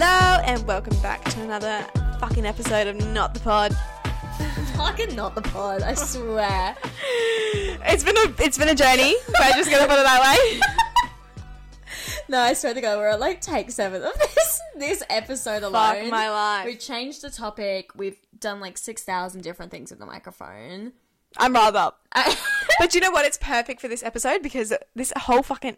and welcome back to another fucking episode of Not the Pod. Fucking not the pod, I swear. It's been a it's been a journey. We're just gonna put it that no, I swear to God, we're at like take seven of this this episode alone. way. Fuck my We've life. changed the topic. We've done like six thousand different things with the microphone. I'm riled up. I- But you know what? It's perfect for this episode because this whole fucking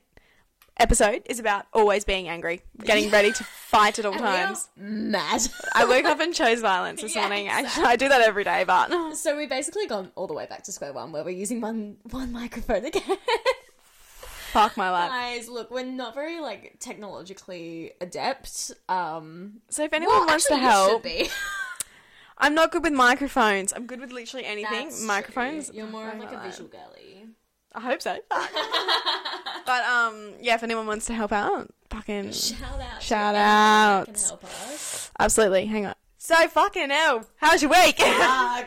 episode is about always being angry, getting ready to fight at all we are times. mad. I woke up and chose violence this Yeah, morning. Actually, I do that every day, but so we basically gone all the way back to square one, where we're using one one microphone again. fuck my life. Guys, look, we're not very like technologically adept. Um, So if anyone wants to actually, you should help, be. I'm not good with microphones. I'm good with literally anything. That's microphones. true. You're more of Fuck like my a life. visual girly. I hope so. but um, yeah, if anyone wants to help out, fucking Shout out. to Shout anyone that outs. Can help us. absolutely. Hang on. So fucking hell. How's your week? it's Fuck,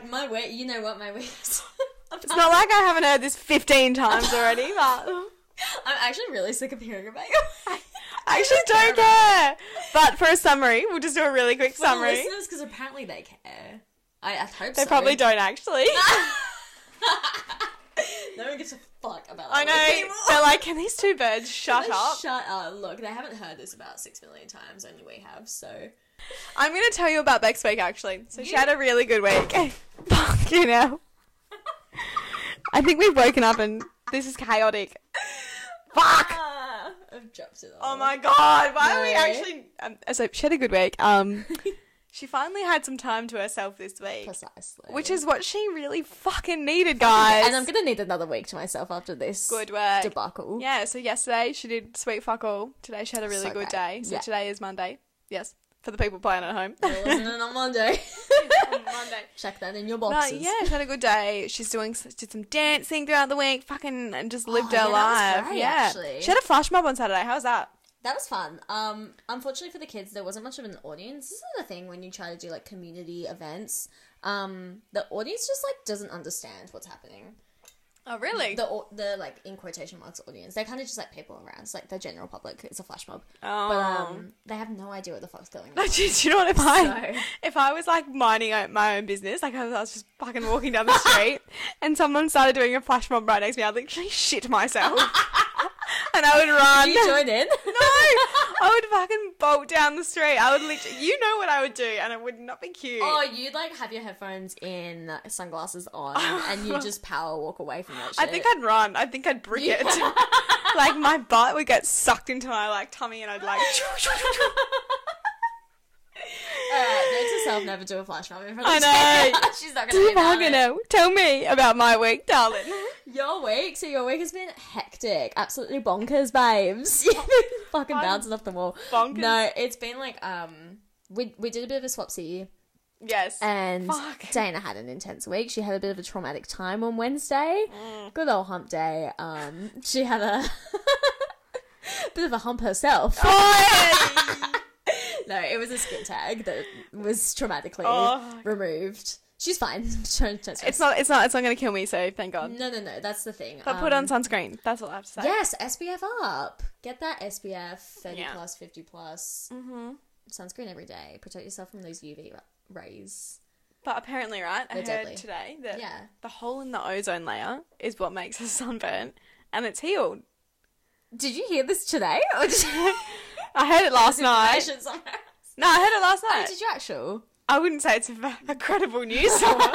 Uh, my week. You know what my week is. not like I haven't heard this 15 times already, but I'm actually really sick of hearing about your week. I actually don't care. But for a summary, we'll just do a really quick For the summary. listeners, because apparently they care. I, I hope They probably don't actually. No one gives a fuck about. I other know. people. They're like, can these two birds shut They up? Shut up. Look, they haven't heard this about six million times. Only we have. So I'm gonna tell you about Beck's week actually. So she You- had a really good week. Fucking hell. I think we've woken up and this is chaotic. Fuck! ah, I've dropped it. All. Oh my god, why are we No. actually um, so she had a good week. Um she finally had some time to herself this week. Precisely. Which is what she really fucking needed, guys. And I'm gonna need another week to myself after this good work. debacle. Yeah, so yesterday she did sweet fuck all. Today she had a really So good day. great. So Yeah. today is Monday. Yes. For the people playing at home. It wasn't on Monday. Oh, Monday. Check that in your No, boxes. yeah, she had a good day. She's doing s- did some dancing throughout the week, fucking, and just lived her Oh, yeah, that was life. great, yeah, actually. she had a flash mob on Saturday. How's that? That was fun. Um, unfortunately for the kids, there wasn't much of an audience. This is the thing when you try to do like community events. Um, the audience just like doesn't understand what's happening. Oh, really? The au- the like in quotation marks audience, they're kind of just like people around. It's like the general public. It's a flash mob, oh. but um, they have no idea what the fuck's going on. do, you- do you know what if I So- if I was like minding o- my own business, like I was, I was just fucking walking down the street, and someone started doing a flash mob right next to me, I'd literally shit myself, and I would run. Did you join in? no, I would fucking bolt down the street. I would literally, you know what I would do, and it would not be cute. Oh, you'd like have your headphones in, sunglasses on, and you just power walk away from that shit. I think I'd run. I think I'd brick it. like my butt would get sucked into my like tummy, and I'd like. Alright, note to self, never do a flash mob in front of I know. the- She's not gonna You be about fucking it. know. Tell me about my week, darling. Your week, so your week has been hectic, absolutely bonkers, babes. You've been fucking I'm bouncing off the wall. bonkers. No, it's been like um, we we did a bit of a swapsy, Yes. and Fuck. Dana had an intense week. She had a bit of a traumatic time on Wednesday. Mm. Good old hump day. Um, she had a bit of a hump herself. Boy! No, it was a skin tag that was traumatically Oh. removed. She's fine. it's it's not. It's not. It's not going to kill me. So thank God. No, Um, no, no. That's the thing. But put on sunscreen. That's all I have to say. Yes, SPF up. Get that SPF 30 Yeah. plus, 50 plus. hmm Sunscreen every day. Protect yourself from those UV ra- rays. But apparently, right? I They're heard deadly. today that Yeah. the hole in the ozone layer is what makes us sunburn, and it's healed. Did you hear this today? Or did you I heard it last night. information somewhere else? No, I heard it last Oh, night. did you actual? I wouldn't say it's a, v- a credible news source.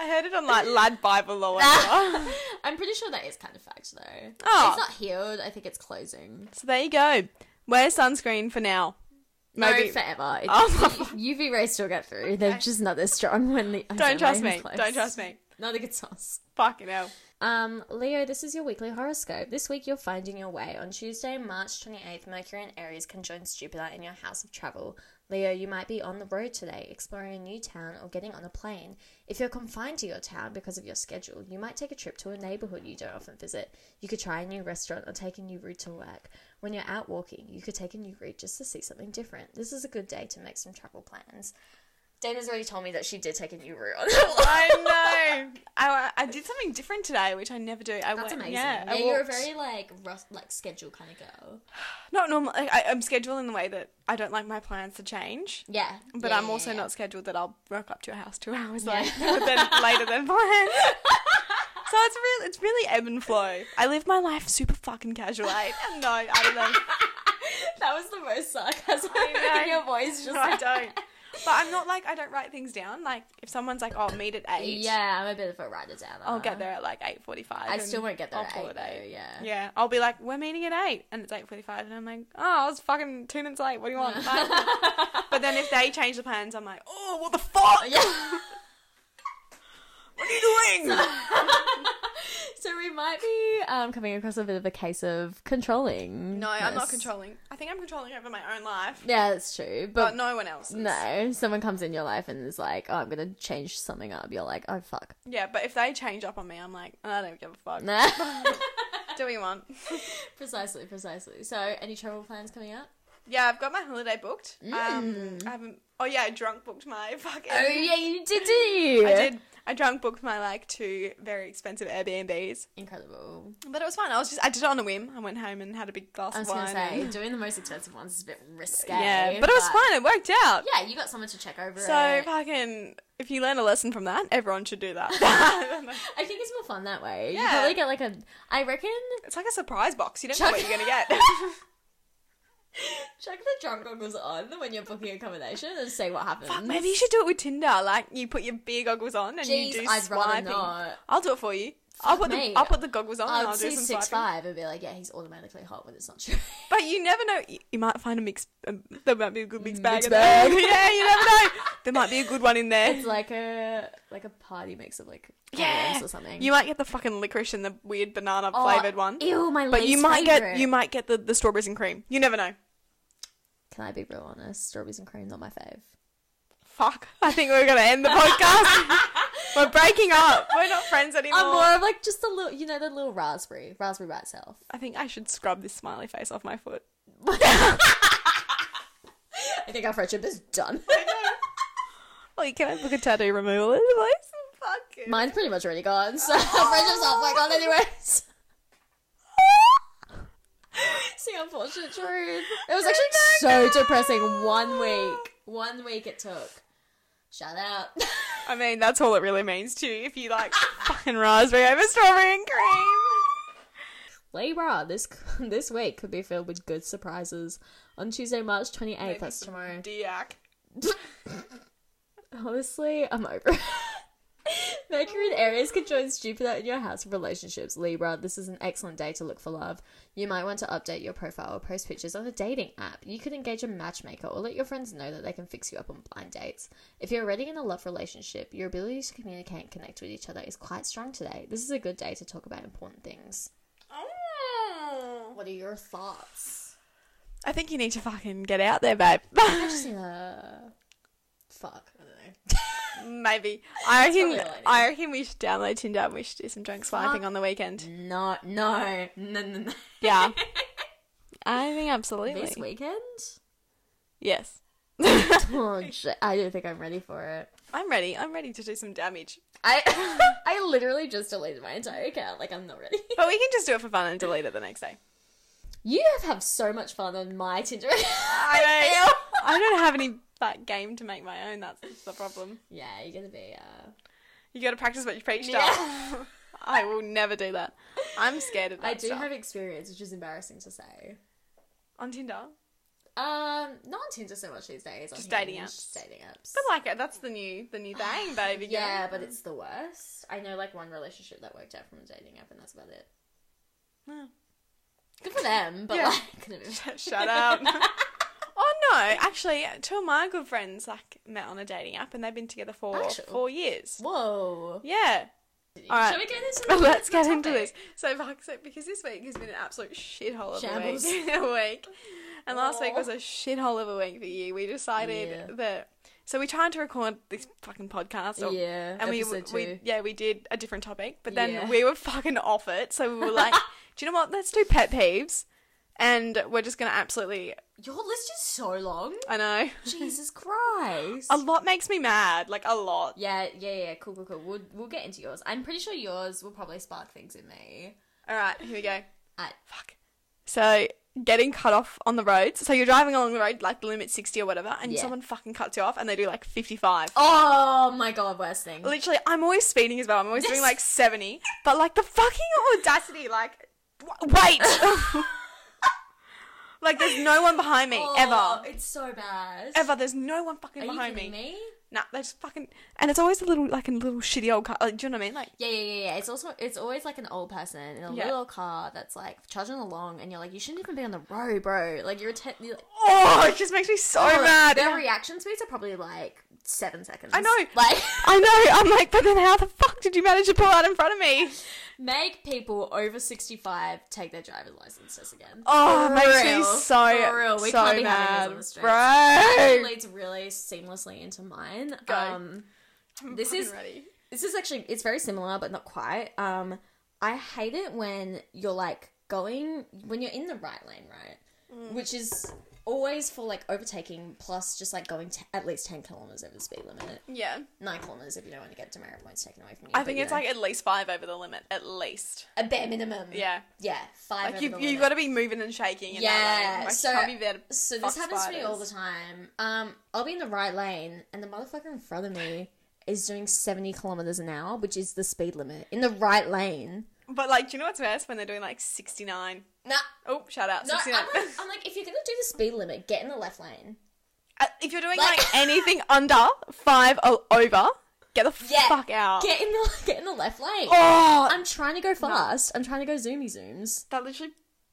I heard it on like Lad Bible or whatever. I'm pretty sure that is kind of fact though. Oh. It's not healed. I think it's closing. so there you go. Wear sunscreen for now. Maybe No, forever. It, Oh. UV rays still get through. They're just not as strong when the. don't trust me. Don't trust me. Not a good source. Fucking hell. Um, Leo, this is your weekly horoscope. This week you're finding your way. On Tuesday, March 28th, Mercury and Aries conjoin Jupiter in your house of travel. Leo, you might be on the road today, exploring a new town or getting on a plane. If you're confined to your town because of your schedule, you might take a trip to a neighborhood you don't often visit. You could try a new restaurant or take a new route to work. When you're out walking, you could take a new route just to see something different. This is a good day to make some travel plans. Dana's already told me that she did take a new route on I know. I, I did something different today, which I never do. I That's went, amazing. Yeah, Yeah, I you're a walked- very like rough, like schedule kind of girl. not normal. I, I- I'm scheduled in the way that I don't like my plans to change. Yeah, But yeah, I'm yeah, also yeah. not scheduled that I'll rock up to your house two hours Yeah. later, than, later than planned. so it's really, it's really ebb and flow. I live my life super fucking casual. I, no, I don't know. That was the most sarcasm I in know. your voice. Just No, I like- don't. But I'm not like I don't write things down. Like if someone's like, "Oh, meet at 8. Yeah, I'm a bit of a writer down. I'll get there at like eight forty-five. I still won't get there I'll at call eight, it eight. though, yeah. yeah. I'll be like, "We're meeting at 8. and it's eight forty-five, and I'm like, "Oh, I was fucking two minutes late. What do you want?" Bye. but then if they change the plans, I'm like, "Oh, what the fuck? yeah. What are you doing?" so we might be um, coming across a bit of a case of controlling. No, I'm not this. controlling. I think I'm controlling over my own life, Yeah, that's true. but But no one else. no, someone comes in your life and is like, "Oh, I'm gonna change something up." You're like, "Oh fuck." Yeah, but if they change up on me, I'm like, I don't give a fuck. Nah. Do what you want. precisely, precisely. So, any travel plans coming up? Yeah, I've got my holiday booked. Um, I haven't. Oh yeah, I drunk booked my fucking. Mm. Oh yeah, you did, did you? Um, I did. I drunk booked my like two very expensive Airbnbs, Incredible. but it was fun. I was just I did it on a whim. I went home and had a big glass I was of gonna wine. say and- doing the most expensive ones is a bit risque. yeah, but it was fun. It worked out. Yeah, you got someone to check over. So it. fucking. If you learn a lesson from that, everyone should do that. I think it's more fun that way. You Yeah. probably get like a. I reckon it's like a surprise box. You don't Chuck- know what you're gonna get. chuck the drunk goggles on when you're booking accommodation and see what happens. Fuck, maybe you should do it with Tinder. Like you put your beer goggles on and Jeez, you do I'd rather swiping. not. I'll do it for you. I'll put me. the I'll put the goggles on and I'd I'll see do some six swiping. five and be like, yeah, he's automatically hot when it's not true. But you never know. You- You might find a mix. Um, there might be a good mixed bag. Mixed in there. bag. yeah, you never know. There might be a good one in there. it's like a like a party mix of like Yeah. items or something. You might get the fucking licorice and the weird banana Oh, flavored one. Ew, my But you least might favourite. get you might get the, the strawberries and cream. You never know. Can I be real honest? Strawberries and cream's not my fave. Fuck. I think we're gonna end the podcast. we're breaking up. We're not friends anymore. I'm more of like just a little, you know, the little raspberry, raspberry by itself. I think I should scrub this smiley face off my foot. I think our friendship is done. Wait, can I book a tattoo removal in the place? Fuck it. Mine's pretty much already gone, so our friendship's halfway gone, anyways. See, unfortunate truth. It was actually so depressing. One week, one week it took. Shout out. I mean, that's all it really means to you if you like fucking raspberry over strawberry and cream. Libra, this this week could be filled with good surprises. On Tuesday, March twenty eighth, that's tomorrow. Diac. Honestly, I'm over. it. Mercury in Aries conjoins Jupiter in your house of relationships. Libra, this is an excellent day to look for love. You might want to update your profile or post pictures on a dating app. You could engage a matchmaker or let your friends know that they can fix you up on blind dates. If you're already in a love relationship, your ability to communicate and connect with each other is quite strong today. This is a good day to talk about important things. Oh. What are your thoughts? I think you need to fucking get out there, babe. Actually, uh, fuck, I don't know. Maybe. I probably reckon. all I need. I reckon we should download Tinder and we should do some drunk swiping on the weekend. No, no, no, no, no. Yeah. I think absolutely. This weekend? Yes. Oh, j- I don't think I'm ready for it. I'm ready. I'm ready to do some damage. I I literally just deleted my entire account. Like I'm not ready. But we can just do it for fun and delete it the next day. You have had so much fun on my Tinder. I don't, I don't have any like game to make my own. That's the problem. yeah, you're gonna be. uh You got to practice what you preach. Yeah. darling. I will never do that. I'm scared of that. I do stuff. have experience, which is embarrassing to say. on Tinder, Um, not on Tinder so much these days. on Just dating Hinge, apps. Dating apps. but like it, that's the new the new thing, baby. girl. yeah, but it's the worst. I know like one relationship that worked out from a dating app, and that's about it. Oh. Good for them, but Yeah. like, couldn't be- shut up. oh no, actually, two of my good friends like met on a dating app, and they've been together for Actual? four years. whoa. Yeah. All Shall we right. get into Let's the get into topic? this. So, fuck, so because this week has been an absolute shithole of a Shambles. week, a week, and last week Aw. was a shithole of a week for you. We decided Yeah. that so we tried to record this fucking podcast, or Yeah, and we, episode we two. yeah we did a different topic but then Yeah. we were fucking off it so we were like do you know what let's do pet peeves and we're just gonna absolutely. Your list is so long. I know. Jesus Christ. A lot makes me mad. Like a lot. yeah, yeah, yeah. Cool, cool, cool. We'll, we'll get into yours. I'm pretty sure yours will probably spark things in me. All right, here we go. I, Fuck. So getting cut off on the roads. So you're driving along the road, like the limit's sixty or whatever, and Yeah. someone fucking cuts you off, and they do like fifty-five. oh my god, worst thing. Literally, I'm always speeding as well. I'm always doing Yes. like seventy, but like the fucking audacity, like w- wait, like there's no one behind me Oh, ever, It's so bad. ever. There's no one fucking Are you behind kidding me. me? Nah, they just fucking, and it's always a little like a little shitty old car. Like, do you know what I mean? Like Yeah, yeah, yeah, yeah. It's also it's always like an old person in a Yeah. little car that's like trudging along, and you're like, you shouldn't even be on the road, bro. Like you're, a te- you're like, oh, it just makes me so mad. Their reaction speeds are probably like seven seconds. I know. Like I know. I'm like, but then how the fuck did you manage to pull out in front of me? make people over sixty five take their driver's license test again. Oh, For it makes real. me so For real. We so can't be mad, having these on bro. It leads really seamlessly into mine. Go. Um, this fucking is ready. this is actually it's very similar but not quite. Um, I hate it when you're like going when you're in the right lane, right? Mm. Which is always for like overtaking plus just like going t- at least 10 kilometers over the speed limit Yeah, nine kilometers if you don't want to get demerit points taken away from you I but, think you it's know, like at least five over the limit, at least. a bare minimum Yeah. yeah five Like over you, the you've limit. got to be moving and shaking. In Yeah, that lane. Like, so- you can't be there to So fuck this happens to me all the spiders. time. Um, I'll be in the right lane, and the motherfucker in front of me is doing seventy kilometers an hour, which is the speed limit in the right lane. But like, do you know what's worse when they're doing like sixty nine? Nah, Oh, shout out no, I'm 69 like, I'm like, if you're gonna do the speed limit, get in the left lane. Uh, if you're doing Like- like, anything under five or over, get the Yeah, fuck out. Get in the get in the left lane. oh, I'm trying to go fast. I'm trying to go zoomy zooms. that literally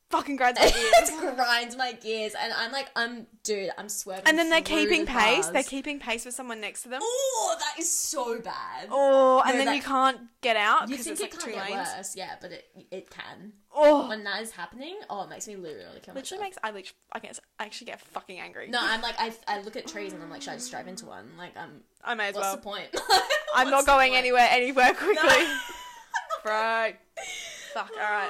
fucking grinds my gears. it grinds my gears, and I'm like, I'm dude, I'm swerving. And then they're through keeping the pace. cars. They're keeping pace with someone next to them. Oh, that is so bad. Oh, and No, then that- you can't get out You because think it's it like can't two get lanes. worse, yeah, but it it can. Oh, When that is happening, oh, it makes me literally kill literally myself. makes I literally I guess I actually get fucking angry. No, I'm like, I, I look at trees and I'm like, should I just drive into one? Like, um, I may as what's well. the point? I'm What's not the going point? anywhere anywhere quickly. No. Right. Fuck. All right.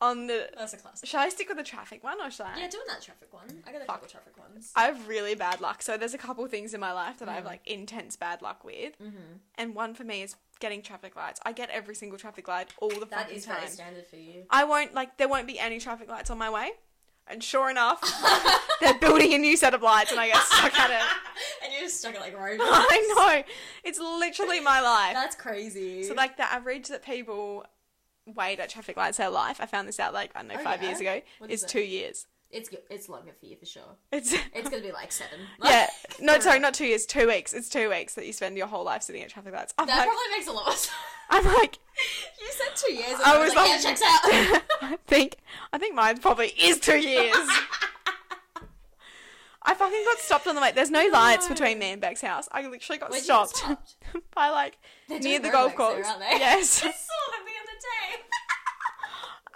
On the That's a classic. shall I stick with the traffic one or shall I? Yeah, doing that traffic one. I got a couple traffic ones. I have really bad luck. So there's a couple things in my life that I Mm-hmm. have like intense bad luck with, and one for me is getting traffic lights. I get every single traffic light all the That fucking is time. very standard for you. I won't like there won't be any traffic lights on my way. And sure enough, they're building a new set of lights and I get stuck at it. and you're just stuck at like road. I know. It's literally my life. That's crazy. So like the average that people wait at traffic lights their life, I found this out like I don't know, Oh, five yeah? years ago, What is is it? two years. it's go- it's longer for you for sure. It's It's gonna be like seven. Yeah. No, For sorry, real. not two years, two weeks. It's two weeks that you spend your whole life sitting at traffic lights. I'm That like probably makes a lot. Of sense. I'm like you said two years. And I I was was like, like- yeah, checks out. I think I think mine probably is two years. I fucking got stopped on the way. There's no, lights No. between me and Beck's house. I literally got Where'd you get stopped, by like They're near doing the golf roadworks course. there, aren't they? Yes, I saw them the other day.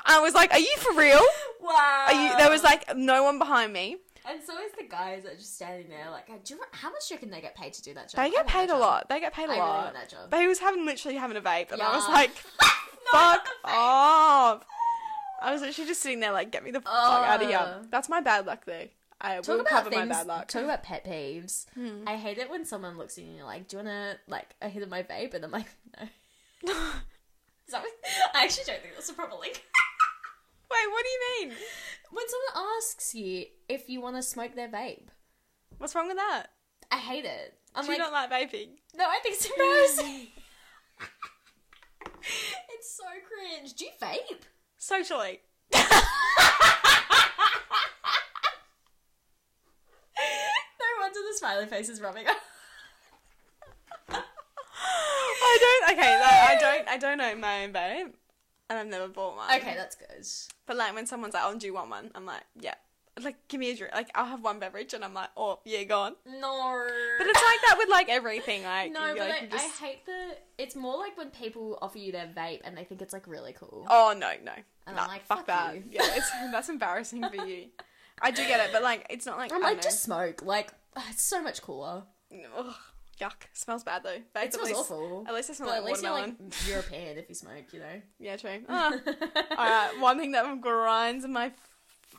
I was like, "Are you for real?" wow. Are you? There was like no one behind me. And so is the guys that are just standing there, like, do you, how much do you reckon they get paid to do that job? They I get want paid that a job. lot. They get paid a I really lot. want that job. But he was having literally having a vape, and I was Yeah. like, No, not "Fuck the face. off!" I was literally just sitting there like, "Get me the fuck out of here." Ugh. That's my bad luck, though. I Oh. Talk will about cover things, my bad luck. Hmm. Talk about pet peeves. I hate it when someone looks at you and you're like, "Do you want to like a hit of my vape?" And I'm like, "No." Is that what- I actually don't think that's a proper link. Wait, what do you mean? when someone asks you if you want to smoke their vape, What's wrong with that? I hate it. I'm Do like, you not like vaping? No, I think it's embarrassing. it's so cringe. Do you vape? Socially. no wonder the smiley face is rubbing off. I don't. Okay, like, I don't. I don't own my own vape, and I've never bought one. Okay, that's good. But like when someone's like, "Oh, do you want one?" I'm like, "Yeah." Like, give me a drink. Like, I'll have one beverage, and I'm like, "Oh, yeah, go on." No. But it's like that with like everything. Like, no, you- but like, I, you just- I hate the. It's more like when people offer you their vape and they think it's like really cool. Oh no, no. And Nah, I'm like, fuck, fuck that. you. Yeah, it's that's embarrassing for you. I do get it, but like, it's not like I'm I like, don't just smoke. Like, it's so much cooler. know. Ugh, yuck. Smells bad though. Vape, It smells at least, awful. At least it smells But like at least you're like watermelon. Ah. European if you smoke, you know. Yeah, true. Ah. All right, one thing that grinds my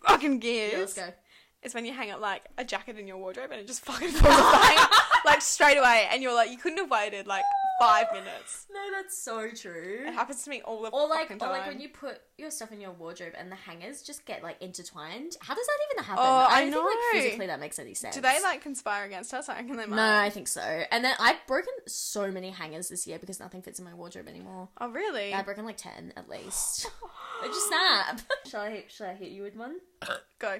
fucking Yeah, gears let's go. is when you hang up like a jacket in your wardrobe and it just fucking falls apart like straight away, and you're like, you couldn't have waited like five minutes. No, that's so true. It happens to me all the Or like, fucking or time. like when you put your stuff in your wardrobe and the hangers just get like intertwined. How does that even happen? Oh, I I don't think know. like physically that makes any sense. Do they like conspire against us? I reckon they might. No, I think so. And then I've broken so many hangers this year because nothing fits in my wardrobe anymore. Oh really? I've broken like ten at least. they just snap. shall I? Shall I hit you with one? Go,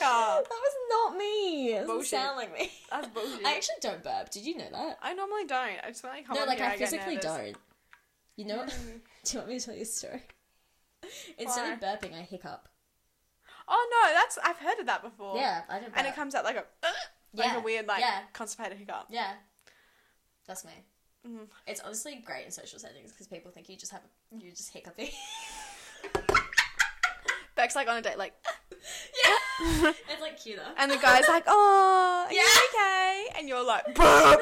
that Rebecca. was not me. It doesn't Bullshit. sound like me. That's bullshit. I actually don't burp. Did you know that? I normally don't. I just when I come no, on like here, I get physically nervous. Mm. don't. You know what? Do you want me to tell you a story? Instead of burping, I hiccup. Oh no, that's I've heard of that before. Yeah, I don't. Oh. And burp. it comes out like a uh, like Yeah, a weird like yeah. constipated hiccup. Yeah, that's me. Mhm. It's honestly great in social settings because people think you just have you just hiccuping. Beck's like on a date like yeah, it's like cuter. and the guy's like, Oh are you okay? And you're like burp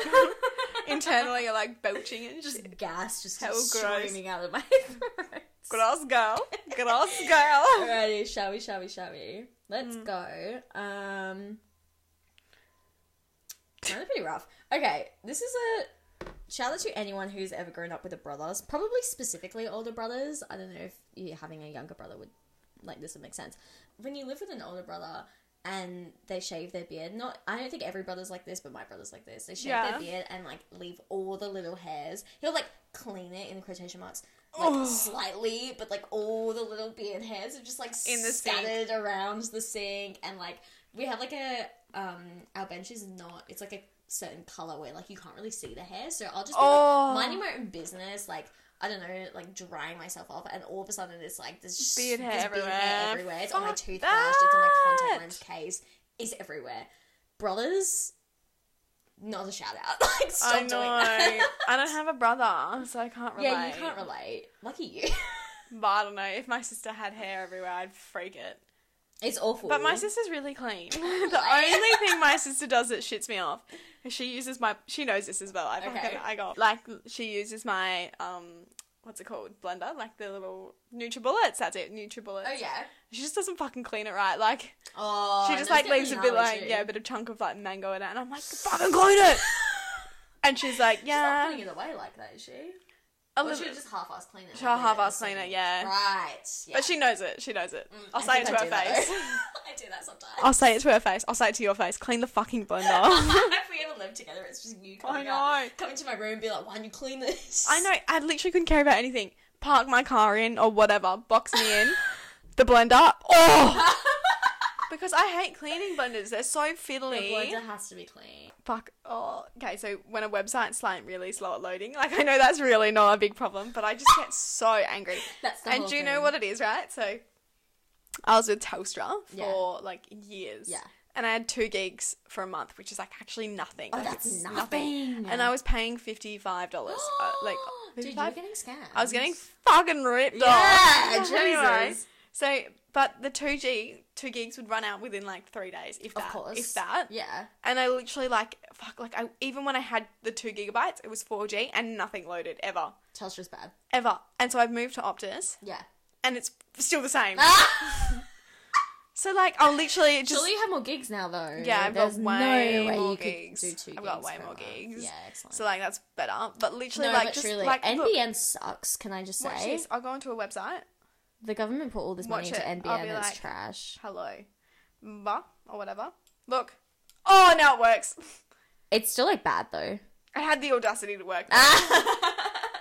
Internally you're like belching and just just gas just How gross. streaming out of my throat. gross girl. Gross girl. Alrighty, shall we? Shall we? Shall we? Let's go. Um, that's pretty rough. Okay, this is a shout out to anyone who's ever grown up with a brothers, probably specifically older brothers. I don't know if you having a younger brother would like this would make sense. When you live with an older brother and they shave their beard, not I don't think every brother's like this, but my brother's like this. They shave Yeah. their beard and like leave all the little hairs. He'll like clean it in quotation marks like Ugh. slightly, but like all the little beard hairs are just like In the sink. scattered around the sink, and like we have like a um our bench is not it's like a certain color where like you can't really see the hair, so I'll just be Oh. like minding my own business, like. I don't know, like drying myself off, and all of a sudden it's like there's just Beard hair there's everywhere. everywhere. It's on my Fuck toothbrush, it's on my that. contact lens case, it's everywhere. Brothers, not a shout out. Like stop I doing know. that. I don't have a brother, so I can't relate. yeah, you can't relate. Lucky you. But I don't know. If my sister had hair everywhere, I'd freak it. It's awful. But my sister's really clean. the Right. only thing my sister does that shits me off is she uses my. She knows this as well. I fucking Okay. I got like she uses my um what's it called blender like the little NutriBullets. That's it, NutriBullets. Oh yeah. She just doesn't fucking clean it right. Like Oh. she just like leaves a bit like yeah, a bit of chunk of like mango in it, and I'm like fucking clean it. and she's like She's not yeah, putting it away like that, is she? a Or little. she just half-ass clean it. She'll like, leave it in the half-ass clean it, sink? yeah. Right. Yeah. Mm, But she knows it. She knows it. I'll I say it think to I her do that, face. though. I do that sometimes. I'll say it to her face. I'll say it to your face. Clean the fucking blender. if we ever live together, it's just you coming I know. out, coming to my room and be like, "Why don't you clean this?" I know. I literally couldn't care about anything. Park my car in or whatever. Box me in. the blender. Oh. because I hate cleaning blenders. They're so The fiddly. blender has to be clean. Fuck. Oh. Okay. So when a website's like really slow at loading, like I know that's really not a big problem, but I just get so angry. That's the and whole do you thing. know what it is, right? So I was with Telstra for Yeah. like years. Yeah. And I had two gigs for a month, which is like actually nothing. Oh, Like, that's it's nothing. And I was paying fifty five dollars. uh, like dude, you were $55? getting scammed. I was getting fucking ripped Yeah, off. Jesus. so, but the two G two gigs would run out within like three days, if Of that, course. if that. Yeah. And I literally like fuck, like I even when I had the two gigabytes, it was four G and nothing loaded ever, Telstra's bad. ever. And so I've moved to Optus, Yeah. and it's still the same. Ah! so like I'll literally just Surely you have more gigs now, though. Yeah, I've There's got no way way more you could gigs. do two I've got gigs way per more month. gigs. Yeah, excellent. so like that's better. But literally no, like but just truly, like look, NBN sucks. Can I just watch say this. I'll go onto a website. the government put all this money Watch into it. NBN? I'll be it's like- trash. Hello, Mba or whatever. Look. Oh, now it works. It's still like bad though. I had the audacity to work.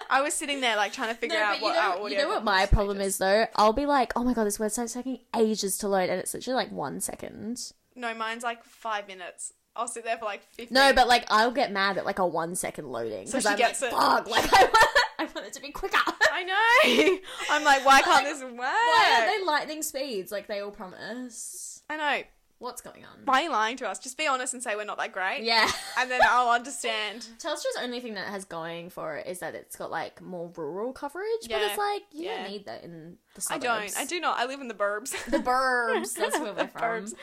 I was sitting there like trying to figure out what our audio. you know what my company problem is. is though. I'll be like, oh my god, this website's taking ages to load, and it's literally like one second. No, mine's like five minutes. I'll sit there for like fifteen. No, but like I'll get mad at like a one second loading because she I'm gets like, it. fuck, like I want, I want it to be quicker. I know. I'm like, why can't this work? Why aren't they lightning speeds like they all promise? I know. What's going on? Why are you lying to us? Just be honest and say we're not that great. Yeah. And then I'll understand. Telstra's only thing that has going for it is that it's got like more rural coverage, but Yeah. it's like you Yeah. don't need that in the I suburbs. don't. I do not. I live in the burbs. The burbs. That's where The we're from. burbs.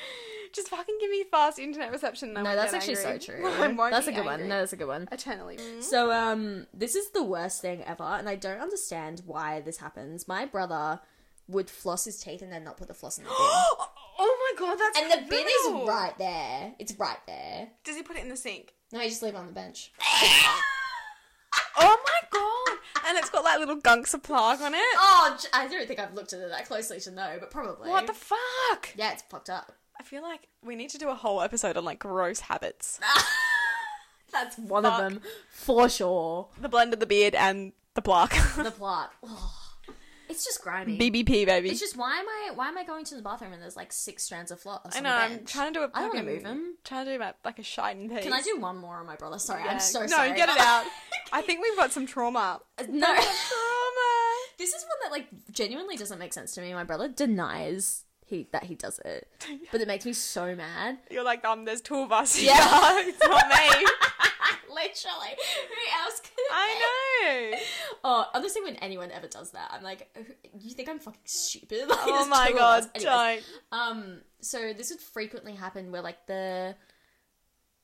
Just fucking give me fast internet reception. And I No, won't that's get actually angry. so true. I won't that's a be angry. good Mm-hmm. one. No, Mm. that's a good one. Eternally. So, um, this is the worst thing ever, and I don't understand why this happens. My brother would floss his teeth and then not put the floss in the bin. oh my god, that's and the bin criminal. is right there. It's right there. Does he put it in the sink? No, you just leave it on the bench. oh my god! And it's got like little gunks of plague on it. Oh, j- I don't think I've looked at it that closely to know, but probably. What the fuck? yeah, it's fucked up. I feel like we need to do a whole episode on like gross habits. That's one Fuck. of them for sure. The blend of the beard and the plaque. The plot. Oh, it's just grimy. BBP baby. It's just why am I why am I going to the bathroom and there's like six strands of floss? I know. I'm trying to do a. I don't wanna fucking- move 'em. Trying to do about like a shite in peace. Can I do one more on my brother? Sorry, Yeah. I'm so no, sorry. get it out. I think we've got some trauma. no, Trauma. this is one that like genuinely doesn't make sense to me. My brother denies he that he does it, but it makes me so mad. You're like, um, there's two of us. Yeah. Yeah, it's not me. Literally, who else could? it be? I know. Oh, honestly, when anyone ever does that, I'm like, "Who- you think I'm fucking stupid? Like, Oh there's my two of us. god, Anyways, don't. Um, so this would frequently happen where like the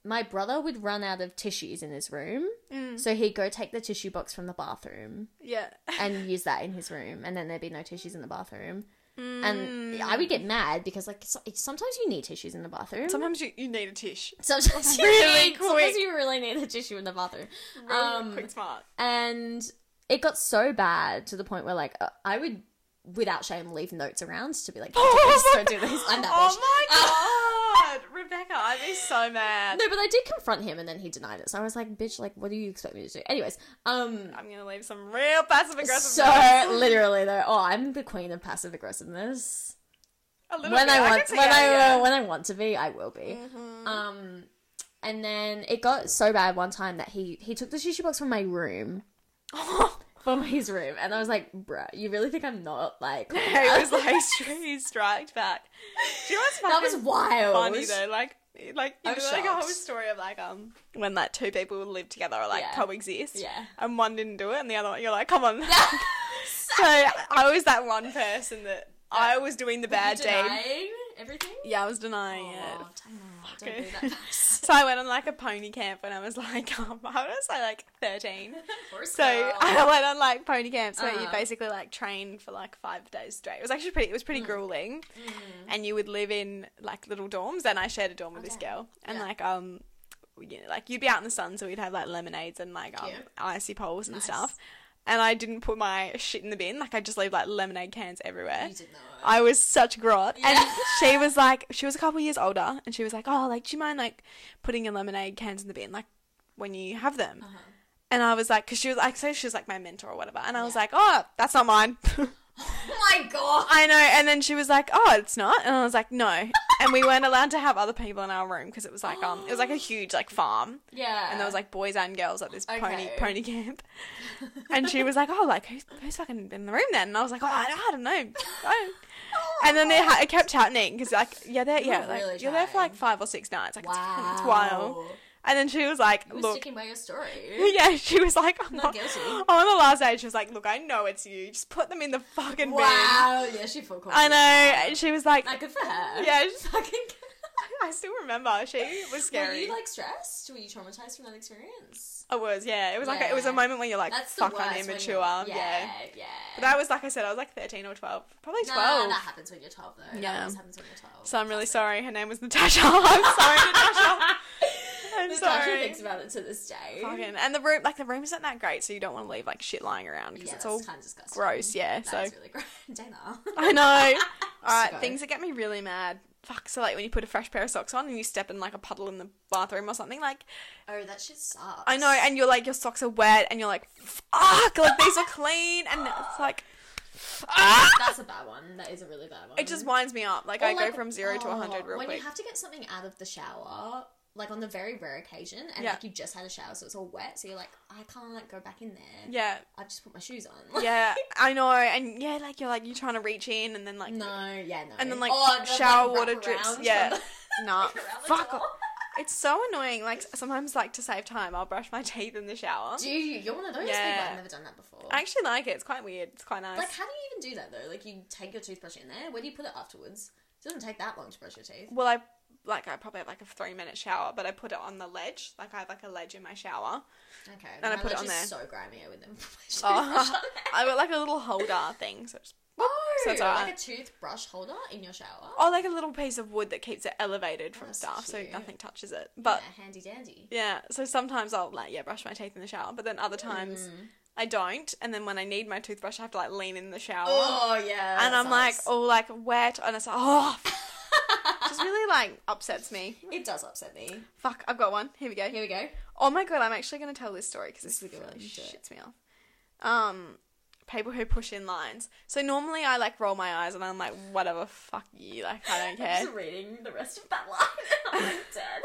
my brother would run out of tissues in his room, Mm. so he'd go take the tissue box from the bathroom Yeah. and use that in his room, and then there'd be no tissues in the bathroom. Mm. And I would get mad because like so- sometimes you need tissues in the bathroom. Sometimes you, you need a tish. Sometimes you Really need, sometimes quick. you really need a tissue in the bathroom. Um, Quick smart. and it got so bad to the point where like uh, I would without shame leave notes around to be like "Please don't do this I'm that bitch oh my god, Rebecca, I'd be so mad. no but I did confront him and then he denied it so I was like bitch like what do you expect me to do anyways um I'm gonna leave some real passive aggressive. so literally though oh I'm the queen of passive aggressiveness a little when bit. I can want see when that, I uh, yeah. Mm-hmm. when I want to be I will be um and then it got so bad one time that he he took the tissue box from my room Oh, from his room and I was like bruh you really think I'm not like He was like, he striked back. She was That fucking was wild. funny though. Like, like you I'm know, like a shocked. whole story of like um when like two people would live together or like Yeah. coexist. Yeah. And one didn't do it, and the other one, you're like, come on. so I was that one person that I was doing the bad deed. Denying everything. Yeah, I was denying it. Oh, dang it. it. Don't do that. So I went on like a pony camp when I was like, um, I was say like 13. Poor So girl. I went on like pony camps where you Uh-huh. basically like train for like five days straight. It was actually pretty. It was Mm. pretty grueling, and you would live in like little dorms. And I shared a dorm with this Okay. girl, and Yeah. like um, you know, like you'd be out in the sun, so we'd have like lemonades and like um, Cute. icy poles and Nice. stuff. And I didn't put my shit in the bin. Like I just leave like lemonade cans everywhere. You did not. I was such grot. And Yeah. she was like, she was a couple years older, and she was like, oh, like, do you mind, like, putting your lemonade cans in the bin, like, when you have them? Uh-huh. And I was like, because she was like, so she was like my mentor or whatever. And I was like, oh, that's not mine. oh my god. I know. And then she was like, oh, it's not. And I was like, no. and we weren't allowed to have other people in our room because it was like, um, it was like a huge, like, farm. Yeah. And there was like boys and girls at this pony Okay. pony camp. And she was like, "Oh, like who's, who's fucking in the room then?" And I was like, "Oh, I, I don't know." I don't-" and then it, ha- it kept happening because like yeah, there yeah, You're like really you're there for trying. like five or six nights. Like wow. it's, it's wild. And then she was like, You were "Look." sticking by your story. Yeah, she was like, on, Not the- guilty. on the last day, she was like, "Look, I know it's you. Just put them in the fucking bin." wow. Yeah, she full I know. And she was like, Like good for her. Yeah, she's Fucking. "I still remember. She was Were scary. you like stressed? Were you traumatized from that experience? I was. Yeah, it was like a, it was Yeah. a moment when you're like, That's the fuck, worst. I'm when immature. you're- yeah. Yeah. Yeah. But that was like I said, I was like 13 or 12, probably Nah, 12. that happens when you're 12 though. Yeah. Yeah. That always happens when you're 12. So I'm really sorry. Her name was Natasha. I'm sorry, Natasha. I'm Natasha sorry. thinks about it to this day. Fucking- And the room, like the room isn't that great, so you don't want to leave like shit lying around because yeah, it's that's all kind of disgusting. gross. Yeah. That So is really gross. Dana. I know. all go. right, things that get me really mad. Fuck. So like when you put a fresh pair of socks on and you step in like a puddle in the bathroom or something, like Oh, that shit sucks. I know, and you're like your socks are wet and you're like, fuck, like these are clean, and it's like, ah! That's a bad one. That is a really bad one. It just winds me up. Like Or I like, go from zero to to oh, 100 real when quick. you have to get something out of the shower, like on the very rare occasion, and Yeah. like you've just had a shower, so it's all wet, so you're like, I can't go back in there. yeah. I've just put my shoes on. Yeah, I know, and yeah, like you're like you're trying to reach in, and then like No, yeah, no. And then, like, Oh, the, shower like, water wraparound drips, from yeah. the- nah, wraparound the fuck towel. off. It's so annoying. Like sometimes, like to save time, I'll brush my teeth in the shower. Do you? You're one of those people. Yeah. I've never done that before. I actually like it. It's quite weird. It's quite nice. Like, how do you even do that though? Like, you take your toothbrush in there. Where do you put it afterwards? It doesn't take that long to brush your teeth. well, I like I probably have like a three minute shower, but I put it on the ledge. Like I have like a ledge in my shower. Okay. And I my put it ledge on is there. So grimy, I would never put my toothbrush Oh, on there. I got like a little holder thing. So it's, Oh, so it's alright. like a toothbrush holder in your shower. or oh, like a little piece of wood that keeps it elevated from that's stuff so cute. nothing touches it. But yeah, handy dandy. yeah, so sometimes I'll like yeah brush my teeth in the shower, but then other times Mm. I don't, and then when I need my toothbrush, I have to like lean in the shower, Oh yeah. and that I'm like sucks. all like wet, and it's like oh, just really like upsets me. it does upset me. Fuck, I've got one. Here we go. Here we go. Oh my god, I'm actually gonna tell this story because this is a good really one, do it. shits me off. Um, people who push in lines. So normally I like roll my eyes and I'm like whatever, fuck you, like I don't care. I'm just reading the rest of that line. I'm like dead.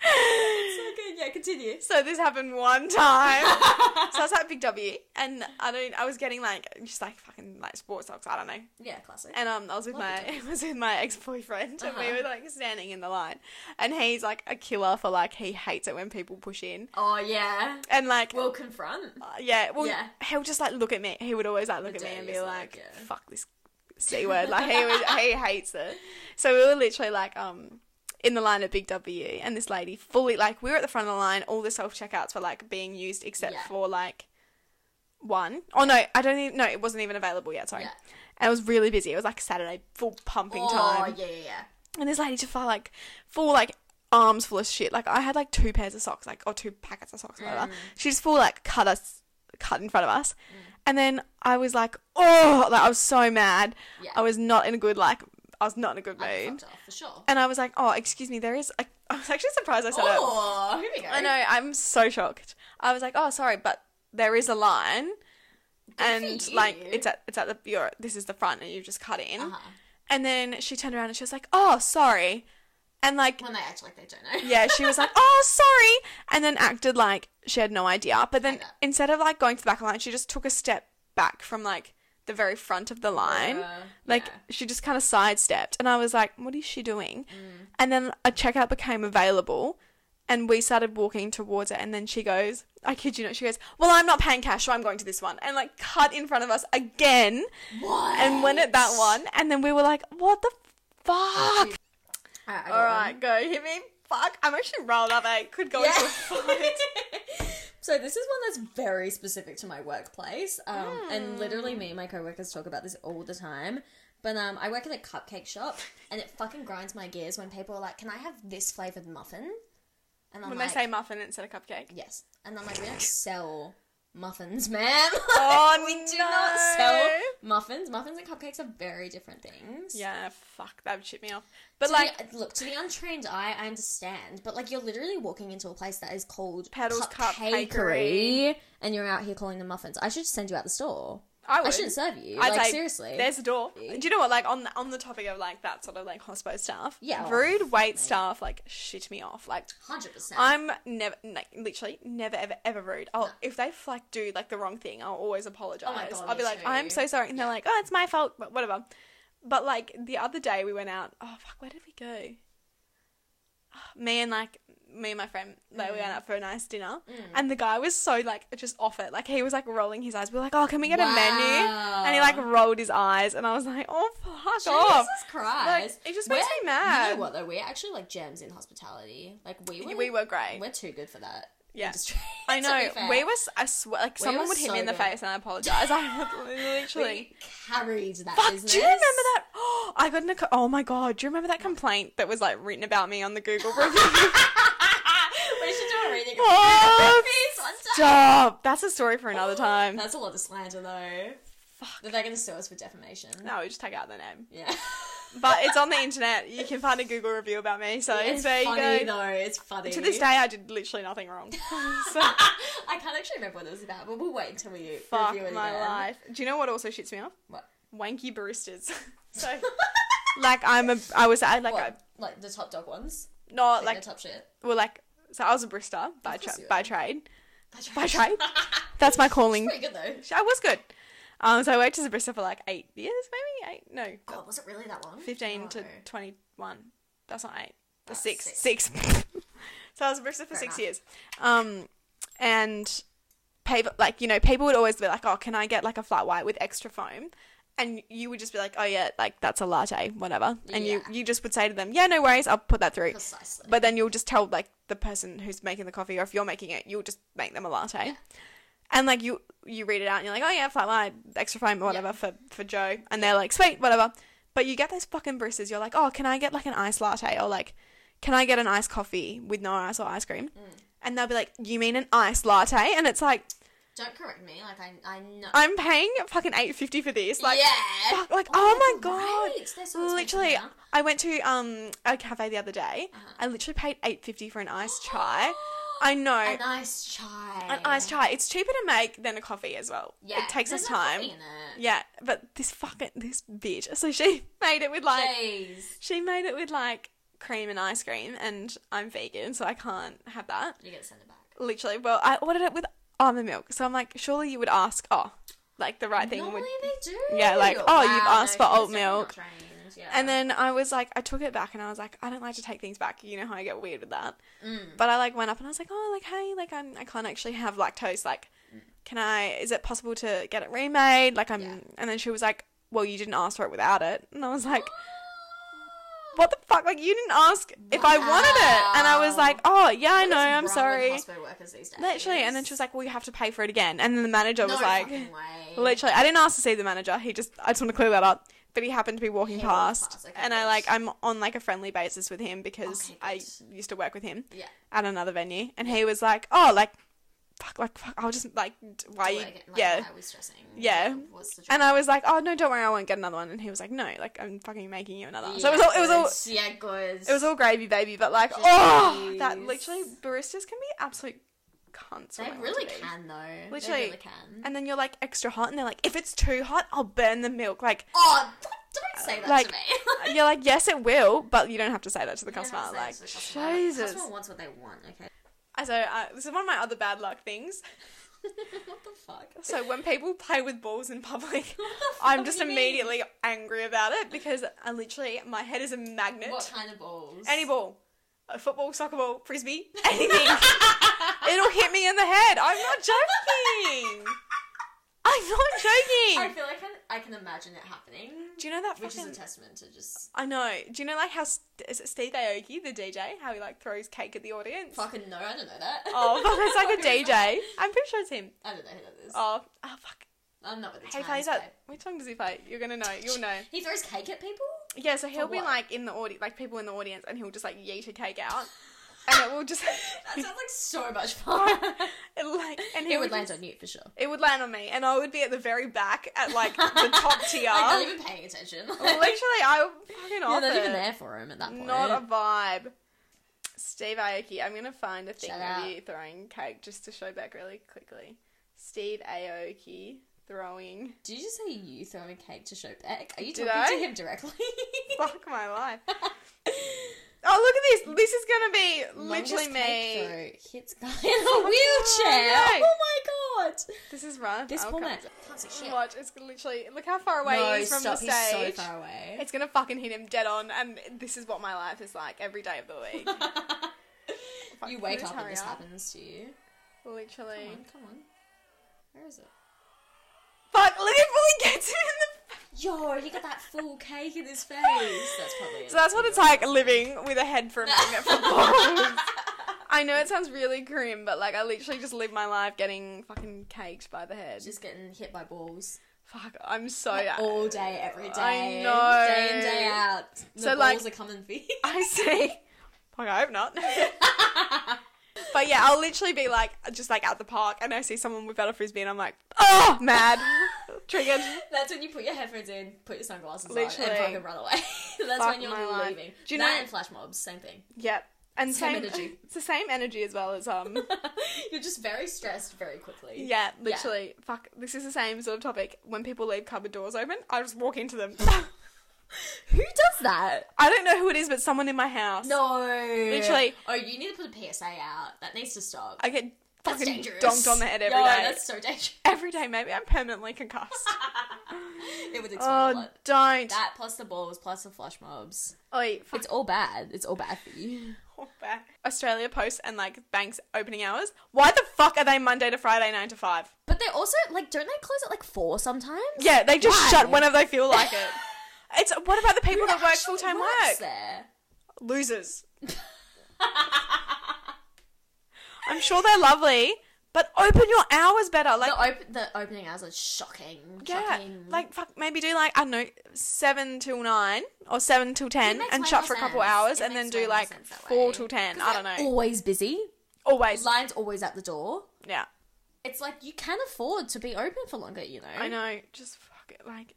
so good. Yeah, continue. So this happened one time. so I was at Big W, and I don't. I was getting like just like fucking like sports socks. I don't know. Yeah, classic. And um, I was with Love my I was with my ex boyfriend, and we Uh-huh. were like standing in the line, and he's like a killer for like he hates it when people push in, oh yeah. and like We'll confront. uh, yeah, well Yeah. he'll just like look at me. He would always like look The at me and day be is like, like, yeah. fuck this c word. Like he was, he hates it. So we were literally like um. In the line at Big W, and this lady fully like we were at the front of the line. All the self checkouts were like being used except Yeah. for like one. Oh no, I don't even. No, it wasn't even available yet. Sorry, Yeah. and it was really busy. It was like Saturday, full pumping Oh time. yeah, yeah, yeah. And this lady just felt like full like arms full of shit. Like I had like two pairs of socks, like or two packets of socks, Mm. whatever. She just full like cut us cut in front of us. Mm. And then I was like, oh like I was so mad. Yeah. I was not in a good like I was not in a good I mood. fucked off for sure. And I was like, oh, excuse me, there is like I was actually surprised I said it. Oh, here we go. I know, I'm so shocked. I was like, oh sorry, but there is a line and for like you. it's at it's at the you're, this is the front and you just cut in. Uh-huh. And then she turned around and she was like, "Oh, sorry," and like, When they act like they don't know. yeah, she was like, "Oh, sorry," and then acted like she had no idea. But then Hate that. instead of like going to the back of the line, she just took a step back from like the very front of the line. Uh, like yeah. she just kind of sidestepped, and I was like, "What is she doing?" Mm. And then a checkout became available, and we started walking towards it. And then she goes, "I kid you not," she goes, "Well, I'm not paying cash, so I'm going to this one," and like cut in front of us again What? and went at that one, and then we were like, "What the fuck?" All right, go hit me. Fuck, I'm actually rolled up. I could go into a fight. so this is one that's very specific to my workplace, um, and literally me and my coworkers talk about this all the time. But um, I work at a cupcake shop, and it fucking grinds my gears when people are like, "Can I have this flavored muffin?" And I'm when like, they say muffin instead of cupcake. "Yes," and I'm like, "We don't sell muffins, ma'am. Oh, we do not sell muffins. Muffins and cupcakes are very different things." Yeah, fuck, that would shit me off. But To like, the- look to the untrained eye, I understand, but like you're literally walking into a place that is called Pedals Cup Cupcakery, Bakery. and you're out here calling them muffins. I should send you out the store. I I, would. shouldn't serve you. I'd like say, seriously, There's the door. Do you know what? Like on the, on the topic of like that sort of like hospo stuff. Yeah, oh, Rude wait staff like shit me off. Like hundred percent. I'm never like literally never ever ever rude. I'll if they like do like the wrong thing, I'll always apologize. Oh God, I'll be me like, too. I'm so sorry, and they're like, oh, it's my fault, but whatever. But like the other day, we went out. Oh fuck, where did we go? Ah, Me and like me and my friend, like Mm. we went out for a nice dinner, and the guy was so like just off it. Like he was like rolling his eyes. We were like, oh, can we get a menu? And he like rolled his eyes, and I was like, oh fuck off. Jesus Christ! Like, it just makes We're- me mad. You know what though? We're actually like gems in hospitality. Like we were, We were great. We're too good for that. Yeah. industry, I to be know. fair. We were, s- I swear, like, We someone were would hit so me in the good. face and I apologise. I would literally. we carried that Fuck, business. do you remember that? Oh, I got in a. Co- oh my god, do you remember that complaint that was, like, written about me on the Google review? we should do a reading. of oh, this one time. stop. That's a story for another time. That's a lot of slander, though. Fuck. That they're going to sue us for defamation. No, we just take out the name. Yeah. But it's on the internet. You can find a Google review about me, so it's there you funny, go. though. It's funny. To this day, I did literally nothing wrong. so, I can't actually remember what it was about, but we'll wait until we fuck review it my again. life. Do you know what also shits me off? What? Wanky baristas. so, like, I'm a. I was I, like, What? I, Like the top dog ones? not Like, like the top shit? well, like so I was a barista by Of course tra- you by trade. That's By trade, that's my calling. pretty good, though. I was good. Um, so I worked as a barista for like eight years, maybe eight. No, God, was it really that long? fifteen to No. twenty-one. That's not eight. That's That's six. Six. six. so I was a barista for Fair six enough. years. Um, and people like you know people would always be like, oh, can I get like a flat white with extra foam? And you would just be like, oh yeah, like that's a latte, whatever. And you Yeah. you just would say to them, yeah, no worries, I'll put that through. Precisely. But then you'll just tell like the person who's making the coffee, or if you're making it, you'll just make them a latte. and like you you read it out and you're like, oh yeah, flat line, extra frame, whatever for for Joe, and they're like, sweet, whatever. But you get those fucking baristas. You're like, oh, can I get like an iced latte or like, can I get an iced coffee with no ice or ice cream? Mm. And they'll be like, you mean an iced latte? And it's like, Don't correct me. Like I, I know. I'm paying fucking eight fifty for this. Like, yeah. fuck, like, oh my God. literally i went to um a cafe the other day Uh-huh. i literally paid 8.50 for an iced chai i know An ice chai. an iced chai it's cheaper to make than a coffee as well Yeah. it takes us there's no coffee time in it. yeah but this fucking this bitch so she made it with like Jeez. she made it with like cream and ice cream and i'm vegan so i can't have that You get to send it back. literally well i ordered it with almond milk so i'm like surely you would ask oh like the right thing Normally would they do. Yeah, like, oh, you've asked for because oat they're not milk. trained, Yeah. And then I was like, I took it back and I was like, I don't like to take things back. You know how I get weird with that. Mm. But I like went up and I was like, oh, like, hey, like, I'm, I can't actually have lactose. Like, can I, is it possible to get it remade? Like, I'm, Mm. Yeah. and then she was like, well, you didn't ask for it without it. And I was like, what the fuck? Like, you didn't ask if I wanted it. And I was Wow. like, oh, yeah, I What is know, I'm wrong sorry. With hospital workers these days. Literally. And then she was like, well, you have to pay for it again. And then the manager no was like, fucking way. Literally, I didn't ask to see the manager. He just, I just want to clear that up. But he happened to be walking He walked past, past, okay, and I good. like, I'm on like a friendly basis with him because Okay, I good. used to work with him Yeah. at another venue, and he was like, oh, like, fuck, like, fuck, I'll just like, d- why, Do you, it again, like, yeah. Why are we stressing? Yeah. Like, What's the And I was like, oh no, don't worry, I won't get another one. And he was like, no, like, I'm fucking making you another. joke? So it was all, it was all, Yes, Yeah, good. it was all gravy, baby. But like, Jeez. oh, that literally baristas can be absolute cunts. when They want really to be. can though. Literally. They really can. And then you're like extra hot, and they're like, if it's too hot, I'll burn the milk. Like. oh, don't say that Like, to me. you're like, yes, it will, but you don't have to say that to the You don't have to customer. say Like, it's the customer. The Jesus. Customer wants what they want. Okay. Uh, So uh, this is one of my other bad luck things. what the fuck? So when people play with balls in public, What the I'm fuck just do you mean? immediately angry about it because I literally my head is a magnet. What kind of balls? Any ball, a football, soccer ball, frisbee, anything, it'll hit me in the head. I'm not joking. I'm not I joking. feel like I, I can imagine it happening, Do you know that which is a fucking? testament to just I know. Do you know like how St- is it Steve Aoki, the DJ, how he like throws cake at the audience? fucking no. I don't know that. Oh, fuck, it's like a DJ. I'm pretty sure it's him. I don't know who that is. Oh, oh fuck. I'm not with the He times, plays that. babe. Which song does he play? You're gonna know. You'll know. He throws cake at people. Yeah, so he'll be what? like in the audience, like people in the audience, and he'll just like yeet a cake out, and it will just, That sounds like so much fun. it like, and he it would land just- on you for sure. It would land on me, and I would be at the very back, at like the top tier. Like, not Literally, even paying attention. I fucking You're off not even it. there for him at that point. Not a vibe. Steve Aoki. I'm gonna find a thing Shout of out. you throwing cake just to show back really quickly. Steve Aoki throwing. Did you just say you throwing cake to show back? Are you Did talking I? to him directly? Fuck my life. Oh look at this! This is gonna be literally Longest me. Oh, cake throw hits guy in a wheelchair. no. Oh my god! This is rough. This I'll format. come- Can't see shit. Watch, it's literally look how far away no, he is from stop. the stage. He's so far away. It's gonna fucking hit him dead on, and this is what my life is like every day of the week. Fuck, you can wake just up and hurry this up? happens to you. Come Literally. on, come on. Where is it? Fuck! Look, it really gets him in the. Yo, he got that full cake in his face. That's probably it. So that's what it's like living with a head for a magnet for balls. I know it sounds really grim, but like I literally just live my life getting fucking caked by the head. Just getting hit by balls Fuck! I'm so all day, every day. I know. Day in, day out. The So, like- balls are coming for you. I see. Fuck, I hope not. but yeah, I'll literally be like, just like at the park, and I see someone without a frisbee, and I'm like, oh, mad, triggered. That's when you put your headphones in, put your sunglasses on, Literally. and fucking run away. That's Fuck when you're my life. leaving. Do you that know- and flash mobs, same thing. Yep. And Same same, energy. It's the same energy as well as um. you're just very stressed very quickly. Yeah, literally. Fuck. This is the same sort of topic. When people leave cupboard doors open, I just walk into them. Who does that? I don't know who it is, but someone in my house. No. Literally. Oh, you need to put a PSA out. That needs to stop. I get That's fucking dangerous. donked on the head every day. Yo, that's so dangerous. Every day, maybe I'm permanently concussed. it would explain a oh, lot. don't. That plus the balls plus the flush mobs. Oi, fuck It's all bad. It's all bad for you. back. Australia Post and like banks opening hours. Why the fuck are they Monday to Friday nine to five? But they also like don't they close at like four sometimes? Yeah, they just Why? shut whenever they feel like it. It's what about the people that work Actually full time work? works there. Losers. I'm sure they're lovely, But open your hours better. Like the, op- the opening hours are shocking. yeah, shocking. like fuck, maybe do like I don't know seven till nine or seven till ten, makes and way shut more for a couple sense. hours, It and then makes do way more like sense that four way. till ten. 'Cause I don't they're know. Always busy. Always, Lines always at the door. yeah. It's like you can afford to be open for longer, you know. I know. Just fuck it. Like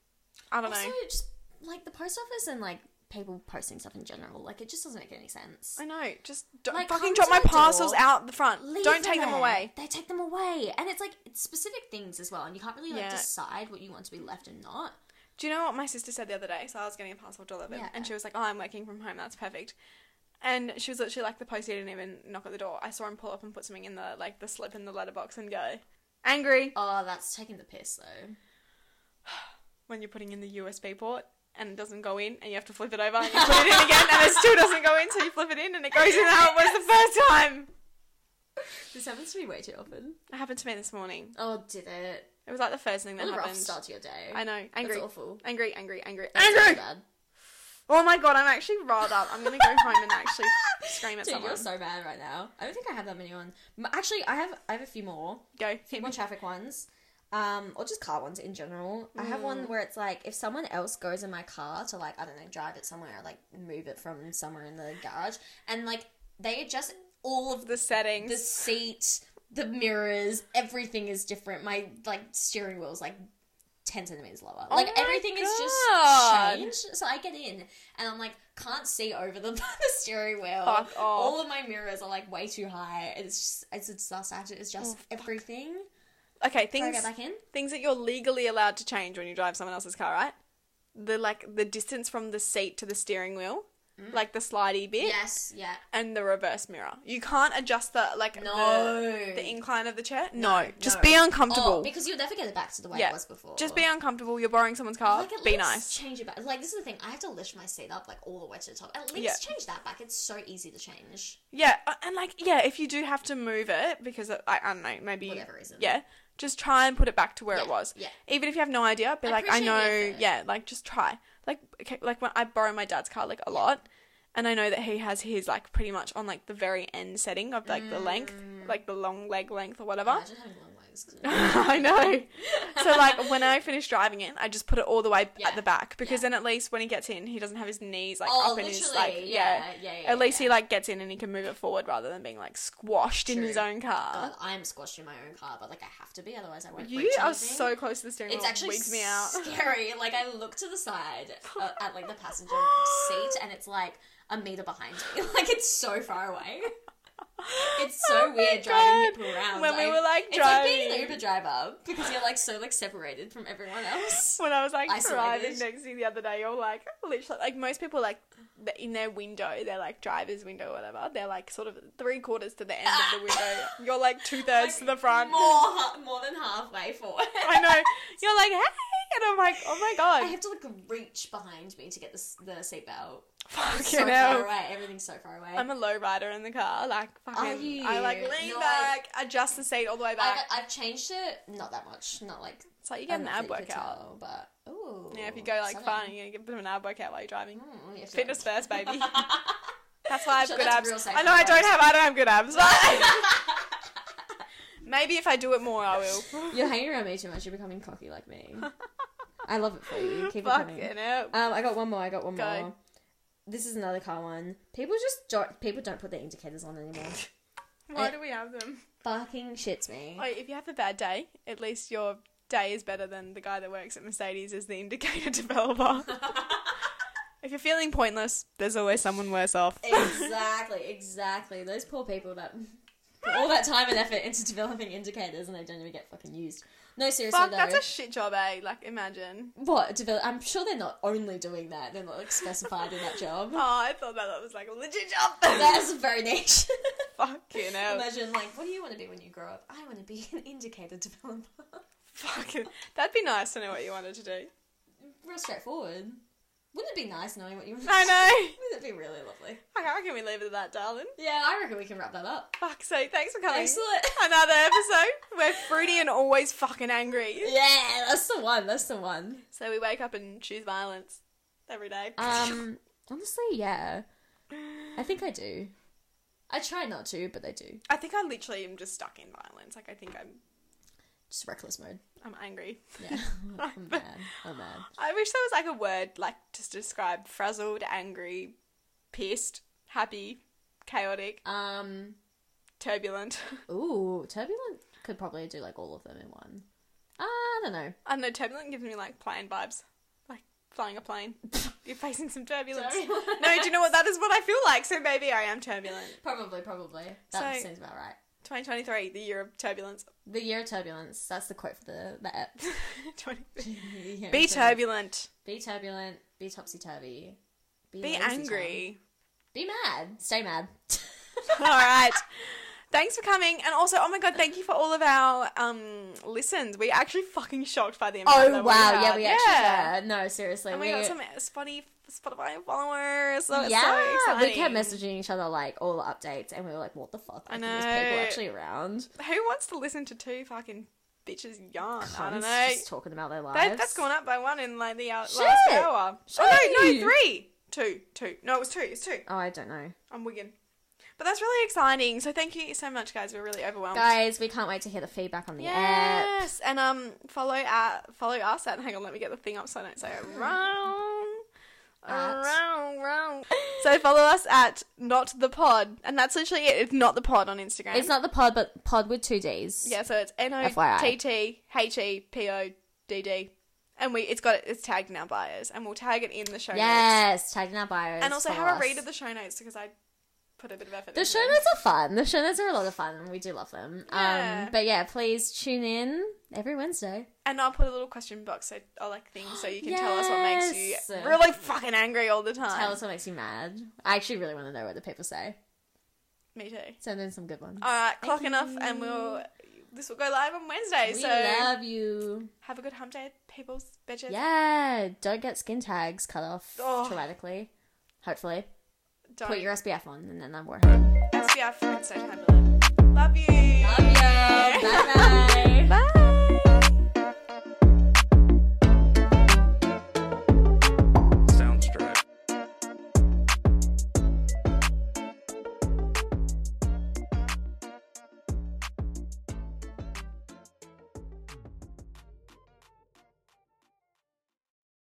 I don't Also, know. just like the post office and like people posting stuff in general, like it just doesn't make any sense. I know. Just don't Like, fucking come drop to my the door, parcels out the front. Leave don't take them there. away. They take them away, and it's like it's specific things as well, and you can't really like Yeah. decide what you want to be left and not. Do you know what my sister said the other day? So I was getting a parcel delivered, Yeah. and she was like, "Oh, I'm working from home. That's perfect." And she was literally like, "The postie didn't even knock at the door. I saw him pull up and put something in the like the slip in the letterbox and go angry Oh, that's taking the piss though. when you're putting in the USB port." And it doesn't go in, and you have to flip it over, and you put it in again, and it still doesn't go in, so you flip it in, and it goes in how it was the first time. This happens to me way too often. It happened to me this morning. Oh, did it? It was like the first thing that What a rough happened. start to your day. I know, angry, That's awful. angry, angry, angry, That's angry. really bad. Oh my god, I'm actually riled up. I'm gonna go home and actually scream at Dude, someone. you're so mad right now. I don't think I have that many on. M- Actually, I have. I have a few more. go. A few more traffic ones, um, or just car ones in general. I have Mm. one where it's like if someone else goes in my car to like I don't know drive it somewhere, or, like move it from somewhere in the garage, and like they adjust all of the The settings. the seat, the mirrors, everything is different. My like steering wheel's like ten centimeters lower. like Oh my everything is God. just changed. So I get in and I'm like can't see over the, the steering wheel. Fuck off. All of my mirrors are like way too high. It's just it's a disaster. I have to Oh, adjust everything. Okay, Can I things get back in? things that you're legally allowed to change when you drive someone else's car, right? The like the distance from the seat to the steering wheel, like the slidey bit, Yes. Mm. Yeah. and the reverse mirror. You can't adjust the like No. the, the incline of the chair. No, just no. be Oh, uncomfortable. because you'll never get it back to the way Yeah. it was before. just be uncomfortable. You're borrowing someone's car. Like, at be least nice. Change it back. Like this is the thing. I have to lift my seat up like all the way to the top. At least Yeah. change that back. It's so easy to change. Yeah, uh, and like yeah, if you do have to move it because of, I, I don't know, maybe Whatever reason. Yeah, just try and put it back to where it Yeah, was. yeah. Even if you have no idea, be I like I appreciate the know. effort. Yeah, like just try. Like okay, like when I borrow my dad's car like a lot, and I know that he has his like pretty much on like the very end setting of like the length, Mm. like the long leg length or whatever. Imagine having long legs. Oh, I know. So like when I finish driving it, I just put it all the way Yeah. at the back because Yeah. then at least when he gets in, he doesn't have his knees like Oh, up in his literally, like yeah, yeah, yeah, At least he yeah. like gets in and he can move it forward rather than being like squashed in True. his own car. God, I am squashed in my own car, but like I have to be, otherwise I won't. You reach are anything. so close to the steering wheel. It's actually wigs me out. scary. Like I look to the side uh, at like the passenger seat, and it's like a meter behind me. Like it's so far away. It's so Oh my weird driving God. people around. When we were, like, it's like being an driving. Uber driver because you're like so like separated from everyone else. When I was like driving Isolated. next to you the other day, you're like literally like most people like th- in their window, they're like driver's window or whatever. They're like sort of three quarters to the end of the window. You're like two thirds to the front. Ah! More, ha- more than halfway forward. Oh I know. You're like, hey, and I'm like, oh my I god. have to like reach behind me to get the s- the seatbelt. Fucking It's so far hell. away. Everything's so far away. I'm a low rider in the car. Like fucking, you? I like lean You're back, adjust the seat all the way back. I've, I've changed it, not that much, not like it's like you get an enough ab that you could workout. tell, but oh, Yeah, if you go like far, you're gonna get a bit of an ab workout while you're driving. Mm, Fitness first, baby. That's why I have Sure, good that's abs. real safe I know I don't advice. have. I don't have good abs. but- Maybe if I do it more, I will. You're hanging around me too much. You're becoming cocky like me. I love it for you. Keep it coming. Fucking hell. Um, I got one more. I got one Go. more. This is another car one. People just don't. People don't put their indicators on anymore. Why do we have them? Fucking shits me. Wait, if you have a bad day, at least your day is better than the guy that works at Mercedes as the indicator developer. if you're feeling pointless, there's always someone worse off. exactly. Exactly. Those poor people that put all that time and effort into developing indicators and they don't even get fucking used. No, seriously Fuck, though. that's a shit job, eh? Like, imagine. What develop? I'm sure they're not only doing that. They're not like specified in that job. Oh, I thought that that was like a legit job. That's very niche. Fucking hell. Imagine like, what do you want to be when you grow up? I want to be an indicator developer. Fucking. That'd be nice to know what you wanted to do. Real straightforward. Wouldn't it be nice knowing what you want? I know. Wouldn't it be really lovely? Okay, how can we leave it at that, darling? Yeah, I reckon we can wrap that up. Fuck's sake, thanks for coming. Excellent. Another episode. We're fruity and always fucking angry. Yeah, that's the one. That's the one. So we wake up and choose violence every day. Um, honestly, yeah, I think I do. I try not to, but they do. I think I literally am just stuck in violence. Like I think I'm Just reckless mode. I'm angry. Yeah. I'm mad. I'm mad. I wish there was like a word like just to describe frazzled, angry, pissed, happy, chaotic, Um. turbulent. Ooh, turbulent could probably do like all of them in one. I don't know. I don't know, turbulent gives me like plane vibes. Like flying a plane. You're facing some turbulence. no, do you know what that is what I feel like, so maybe I am turbulent. Probably, probably. That So- seems about right. Twenty twenty three, the year of turbulence. The year of turbulence. That's the quote for the the app. 23. Year of Be turbulence. turbulent. Be turbulent. Be topsy turvy. Be lazy angry. Oh, town. Be mad. Stay mad. all right. Thanks for coming. And also, oh my god, thank you for all of our um listens. We actually fucking shocked by the amount. that oh wow! Yeah, had. we actually. were. No, seriously. And we got some spotty Spotify followers. So it's so yeah, exciting. we kept messaging each other like all the updates, and we were like, "What the fuck? I Like, are these know. people actually around." Who wants to listen to two fucking bitches yarn? I don't Cunts know. Just talking about their lives. That, that's gone up by one in like the out- Shit. last hour. Oh no, Shit. no, three, two, two. No, it was two. It's two. Oh, I don't know, I'm wigging. But that's really exciting. So thank you so much, guys. We're really overwhelmed. guys. We can't wait to hear the feedback on the app. Um, Yes, and um, follow at follow us at. Hang on, let me get the thing up so I don't say it wrong. At. Wrong, wrong. So follow us at not the pod, and that's literally it. It's not the pod on Instagram. It's not the pod, but pod with two D's. Yeah, so it's N O FYI. T T H E P O D D, and we it's got it. It's tagged in our bios, and we'll tag it in the show notes. Yes. Tagged in our bios. And also follow have a us. read of the show notes because I put a bit of effort. The into show them. notes are fun. The show notes are a lot of fun, and we do love them. Yeah. Um, but yeah, please tune in every Wednesday. And I'll put a little question box so or like thing so you can tell us what makes you Yes. really fucking angry all the time. Tell us what makes you mad. I actually really want to know what the people say. Me too. Send in some good ones. All right, clock enough, and we'll this will go live on Wednesday. we so love you. have a good hump day, people's bitches. Yeah, don't get skin tags cut off Oh. traumatically. Hopefully, Don't put your SPF on, and then I'm worried. SPF and so time to live. Love you. Bye.